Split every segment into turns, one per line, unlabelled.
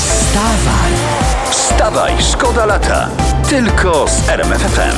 Wstawaj,
Wstawaj, szkoda lata. Tylko z RMFFM.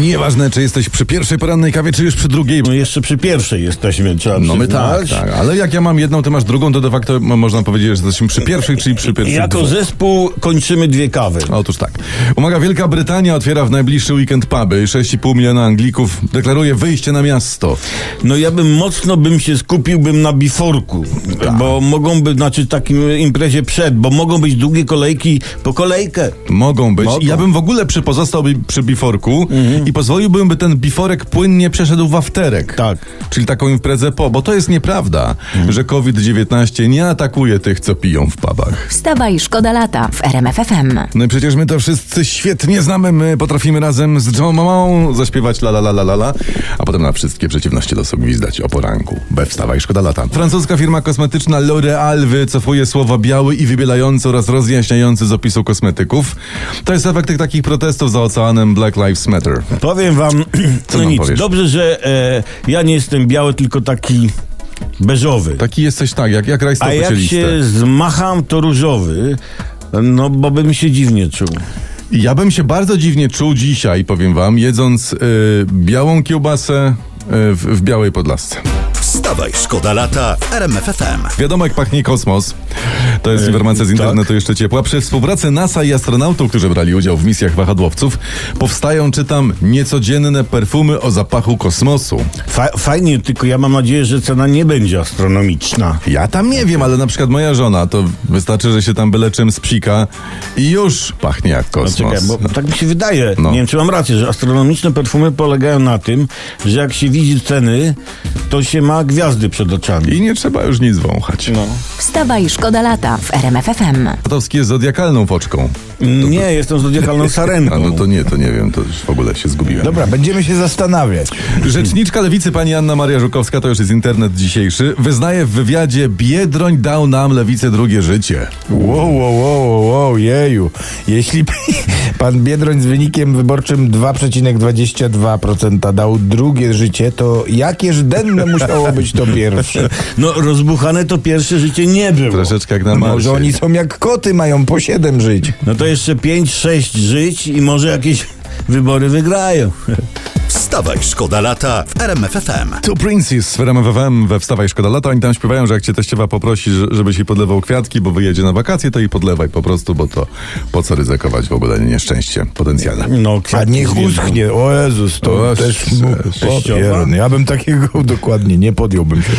Nieważne, czy jesteś przy pierwszej porannej kawie, czy już przy drugiej.
No jeszcze przy pierwszej jesteśmy, trzeba
No my tak,
przyznać.
tak. Ale jak ja mam jedną, ty masz drugą, to de facto mo- można powiedzieć, że jesteśmy przy pierwszej, czyli przy pierwszej.
Jako
dwóch.
zespół kończymy dwie kawy.
Otóż tak. Umaga Wielka Brytania otwiera w najbliższy weekend puby. 6,5 miliona Anglików deklaruje wyjście na miasto.
No ja bym mocno bym się skupiłbym na biforku,
Tak.
bo mogą być, znaczy takim imprezie przed, bo mogą być długie kolejki po kolejkę.
Mogą być.
Mogą. Mhm.
Ja bym w ogóle przy, pozostał bi- przy biforku i pozwoliłbym, by ten biforek płynnie przeszedł w afterek.
Tak. Mhm.
Czyli taką imprezę po, bo to jest nieprawda, że COVID-19 nie atakuje tych, co piją w pubach.
wstawaj, szkoda lata w RMFFM.
No i przecież my to wszyscy świetnie znamy. My potrafimy razem z Jomamą zaśpiewać la la la la la la, a potem na wszystkie przeciwności losu gwizdać o poranku. We wstawaj, szkoda lata. Francuska firma kosmetyczna L'Oréal wycofuje słowa biały i wybielający oraz rozjaśniający z opisu kosmetyków. To jest efekt tych takich protestów za oceanem Black Lives Matter.
Powiem wam, no
nam
nic,
powiesz?
dobrze, że e, ja nie jestem biały, tylko taki beżowy.
Taki jesteś tak, jak, jak
A
rajstopy
jak się zmacham, to różowy, no bo bym się dziwnie czuł.
Ja bym się bardzo dziwnie czuł dzisiaj, powiem wam, jedząc y, białą kiełbasę y, w, w białej podlasce.
Wstawaj, szkoda lata w RMFFM.
Wiadomo, jak pachnie kosmos. To jest informacja z
tak.
internetu jeszcze ciepła. Przy współpracy NASA i astronautów, którzy brali udział w misjach wahadłowców, powstają, czytam, niecodzienne perfumy o zapachu kosmosu.
Fa- fajnie, tylko ja mam nadzieję, że cena nie będzie astronomiczna.
Ja tam nie wiem, ale na przykład moja żona, to wystarczy, że się tam byle czym spsika i już pachnie jak
No
kosmos.
czekaj, bo tak mi się wydaje,
No.
nie wiem czy mam rację, że astronomiczne perfumy polegają na tym, że jak się widzi ceny, to się ma gwiazdy przed oczami.
I nie trzeba już nic wąchać. No.
Wstawaj, szkoda lata w RMFFM.
jest zodiakalną foczką.
Nie, jestem z zodiakalną
A
sarenką. No
no to nie, to nie wiem, to już w ogóle się zgubiłem.
Dobra, będziemy się zastanawiać.
Rzeczniczka lewicy pani Anna Maria Żukowska, to już jest internet dzisiejszy, wyznaje w wywiadzie Biedroń dał nam lewicy drugie życie.
Wow, wow, wow, wow, wow, jeju. Jeśli pan Biedroń z wynikiem wyborczym 2,22% dał drugie życie, to jakież denne musiało być to pierwsze?
No rozbuchane to pierwsze życie nie było.
Troszeczkę jak na marsie.
Może No, oni są jak koty, mają po 7 żyć.
No to jeszcze 5-6 żyć i może jakieś wybory wygrają.
Wstawaj, szkoda lata w RMFFM.
To Princess z Ferem FFM we Wstawaj Szkoda Lata. Oni tam śpiewają, że jak cię teściowa poprosi, że- żebyś jej podlewał kwiatki, bo wyjedzie na wakacje, to jej podlewaj po prostu, bo to po co ryzykować w ogóle nieszczęście potencjalne.
No,
A
kwiatki
niech
zwiedzą.
uschnie. O Jezus, to
O,
też mu
teściowa.
popierny. Ja bym takiego dokładnie nie podjąłbym się.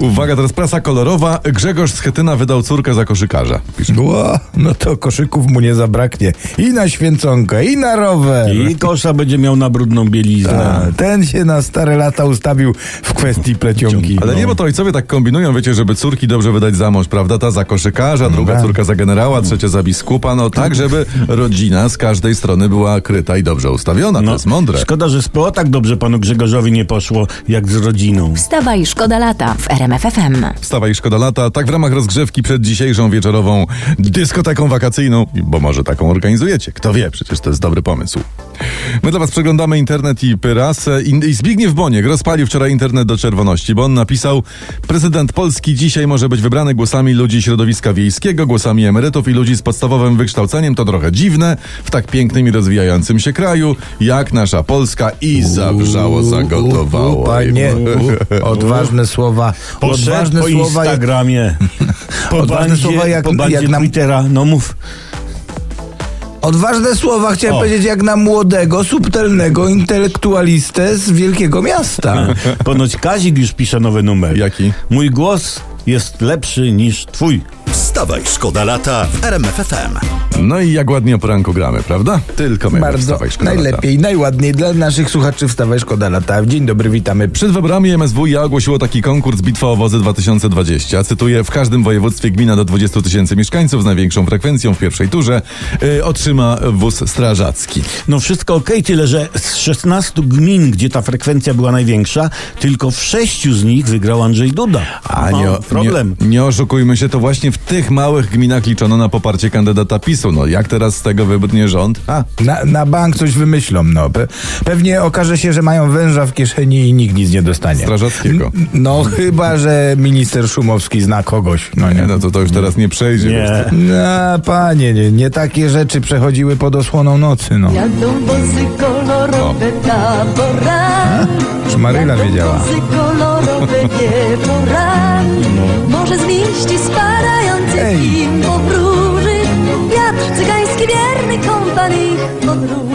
Uwaga, teraz prasa kolorowa. Grzegorz Schetyna wydał córkę za koszykarza. Pisze.
Ła, no to koszyków mu nie zabraknie. I na święconkę, i tak. na rower.
I kosza będzie miał na brudną
Tak,
bieliznę. No,
A, ten się na stare lata ustawił w kwestii plecionki.
Ale
no.
nie, bo to ojcowie tak kombinują, wiecie, żeby córki dobrze wydać za mąż, prawda? Ta za koszykarza, druga córka za generała, trzecia za biskupa, no tak, żeby rodzina z każdej strony była kryta i dobrze ustawiona.
No.
To jest mądre.
Szkoda, że z PO tak dobrze panu Grzegorzowi nie poszło, jak z rodziną.
Wstawaj, szkoda lata w RMFFM.
Wstawa i szkoda lata, tak w ramach rozgrzewki przed dzisiejszą wieczorową dyskoteką wakacyjną, bo może taką organizujecie. Kto wie, przecież to jest dobry pomysł. My dla was przeglądamy internet i prasę i, i Zbigniew Boniek rozpalił wczoraj internet do czerwoności, bo on napisał prezydent Polski dzisiaj może być wybrany głosami ludzi środowiska wiejskiego, głosami emerytów i ludzi z podstawowym wykształceniem. To trochę dziwne w tak pięknym i rozwijającym się kraju, jak nasza Polska i zawrzało,
U,
zagotowało.
Panie, u, odważne słowa.
Odważne
Odważne
po
słowa.
Instagramie. Po
Odważne
bandzie,
słowa jak-
po bandzie
jak nam-
Twittera. No mów.
Odważne słowa chciałem
O.
powiedzieć jak na młodego, subtelnego intelektualistę z wielkiego miasta.
Ponoć Kazik już pisze nowy numer.
Jaki?
Mój głos jest lepszy niż twój.
Wstawaj, szkoda lata w RMFFM.
No i jak ładnie o poranku gramy, prawda? Tylko my we
Bardzo
Wstawaj Szkoda Lata.
najlepiej, najładniej dla naszych słuchaczy wstawaj szkoda lata. Dzień dobry, witamy.
Przed wyborami MSWiA ogłosiło taki konkurs Bitwa o Wozy 2020. Cytuję, w każdym województwie gmina do 20 000 tysięcy mieszkańców z największą frekwencją w pierwszej turze y, otrzyma wóz strażacki.
No wszystko okej, tyle że z 16 gmin, gdzie ta frekwencja była największa, tylko w sześciu z nich wygrał Andrzej Duda.
A
O,
nie, o-
problem.
Nie, nie oszukujmy się, to właśnie w tych małych gminach liczono na poparcie kandydata PiSu. No jak teraz z tego wybrnie rząd? A,
Na, na bank coś wymyślą, no. Pe, pewnie okaże się, że mają węża w kieszeni i nikt nic nie dostanie.
Strażackiego.
N- No chyba, że minister Szumowski zna kogoś. No nie.
nie, no to to już teraz nie przejdzie. wiesz co.
Nie.
No, panie, nie, nie takie rzeczy przechodziły pod osłoną nocy, no.
Jadą wozy kolorowe tabora.
Już Maryla
Jadą
wiedziała.
Wozy kolorowe wieczora. Może zmieści spadający
No. Ej.
im powróży. Wiatr cygański wierny kompan ich podróży.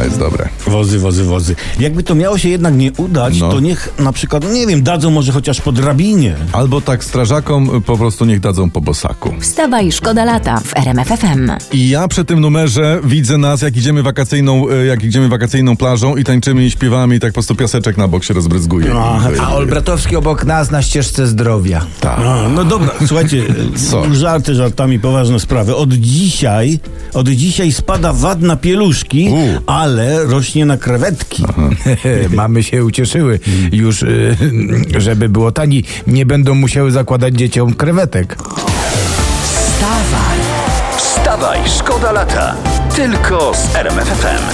A, jest dobre.
Wozy, wozy, wozy. Jakby to miało się jednak nie udać,
No.
to niech na przykład, nie wiem, dadzą może chociaż po drabinie.
Albo tak strażakom y, po prostu niech dadzą po bosaku.
Wstawa i szkoda lata w RMF FM.
I ja przy tym numerze widzę nas, jak idziemy wakacyjną, y, jak idziemy wakacyjną plażą i tańczymy i śpiewamy i tak po prostu piaseczek na bok się rozbryzguje.
No,
I-
No, A Olbratowski obok nas na ścieżce zdrowia.
A, no dobra, słuchajcie,
Tak. Co?
żarty żartami, poważne sprawy. Od dzisiaj, od dzisiaj spada wad na pieluszki,
U. Mhm.
ale rośnie na krewetki.
Mamy się ucieszyły już, y, żeby było tani. Nie będą musiały zakładać dzieciom krewetek.
Wstawaj, szkoda lata. Tylko z RMFFM.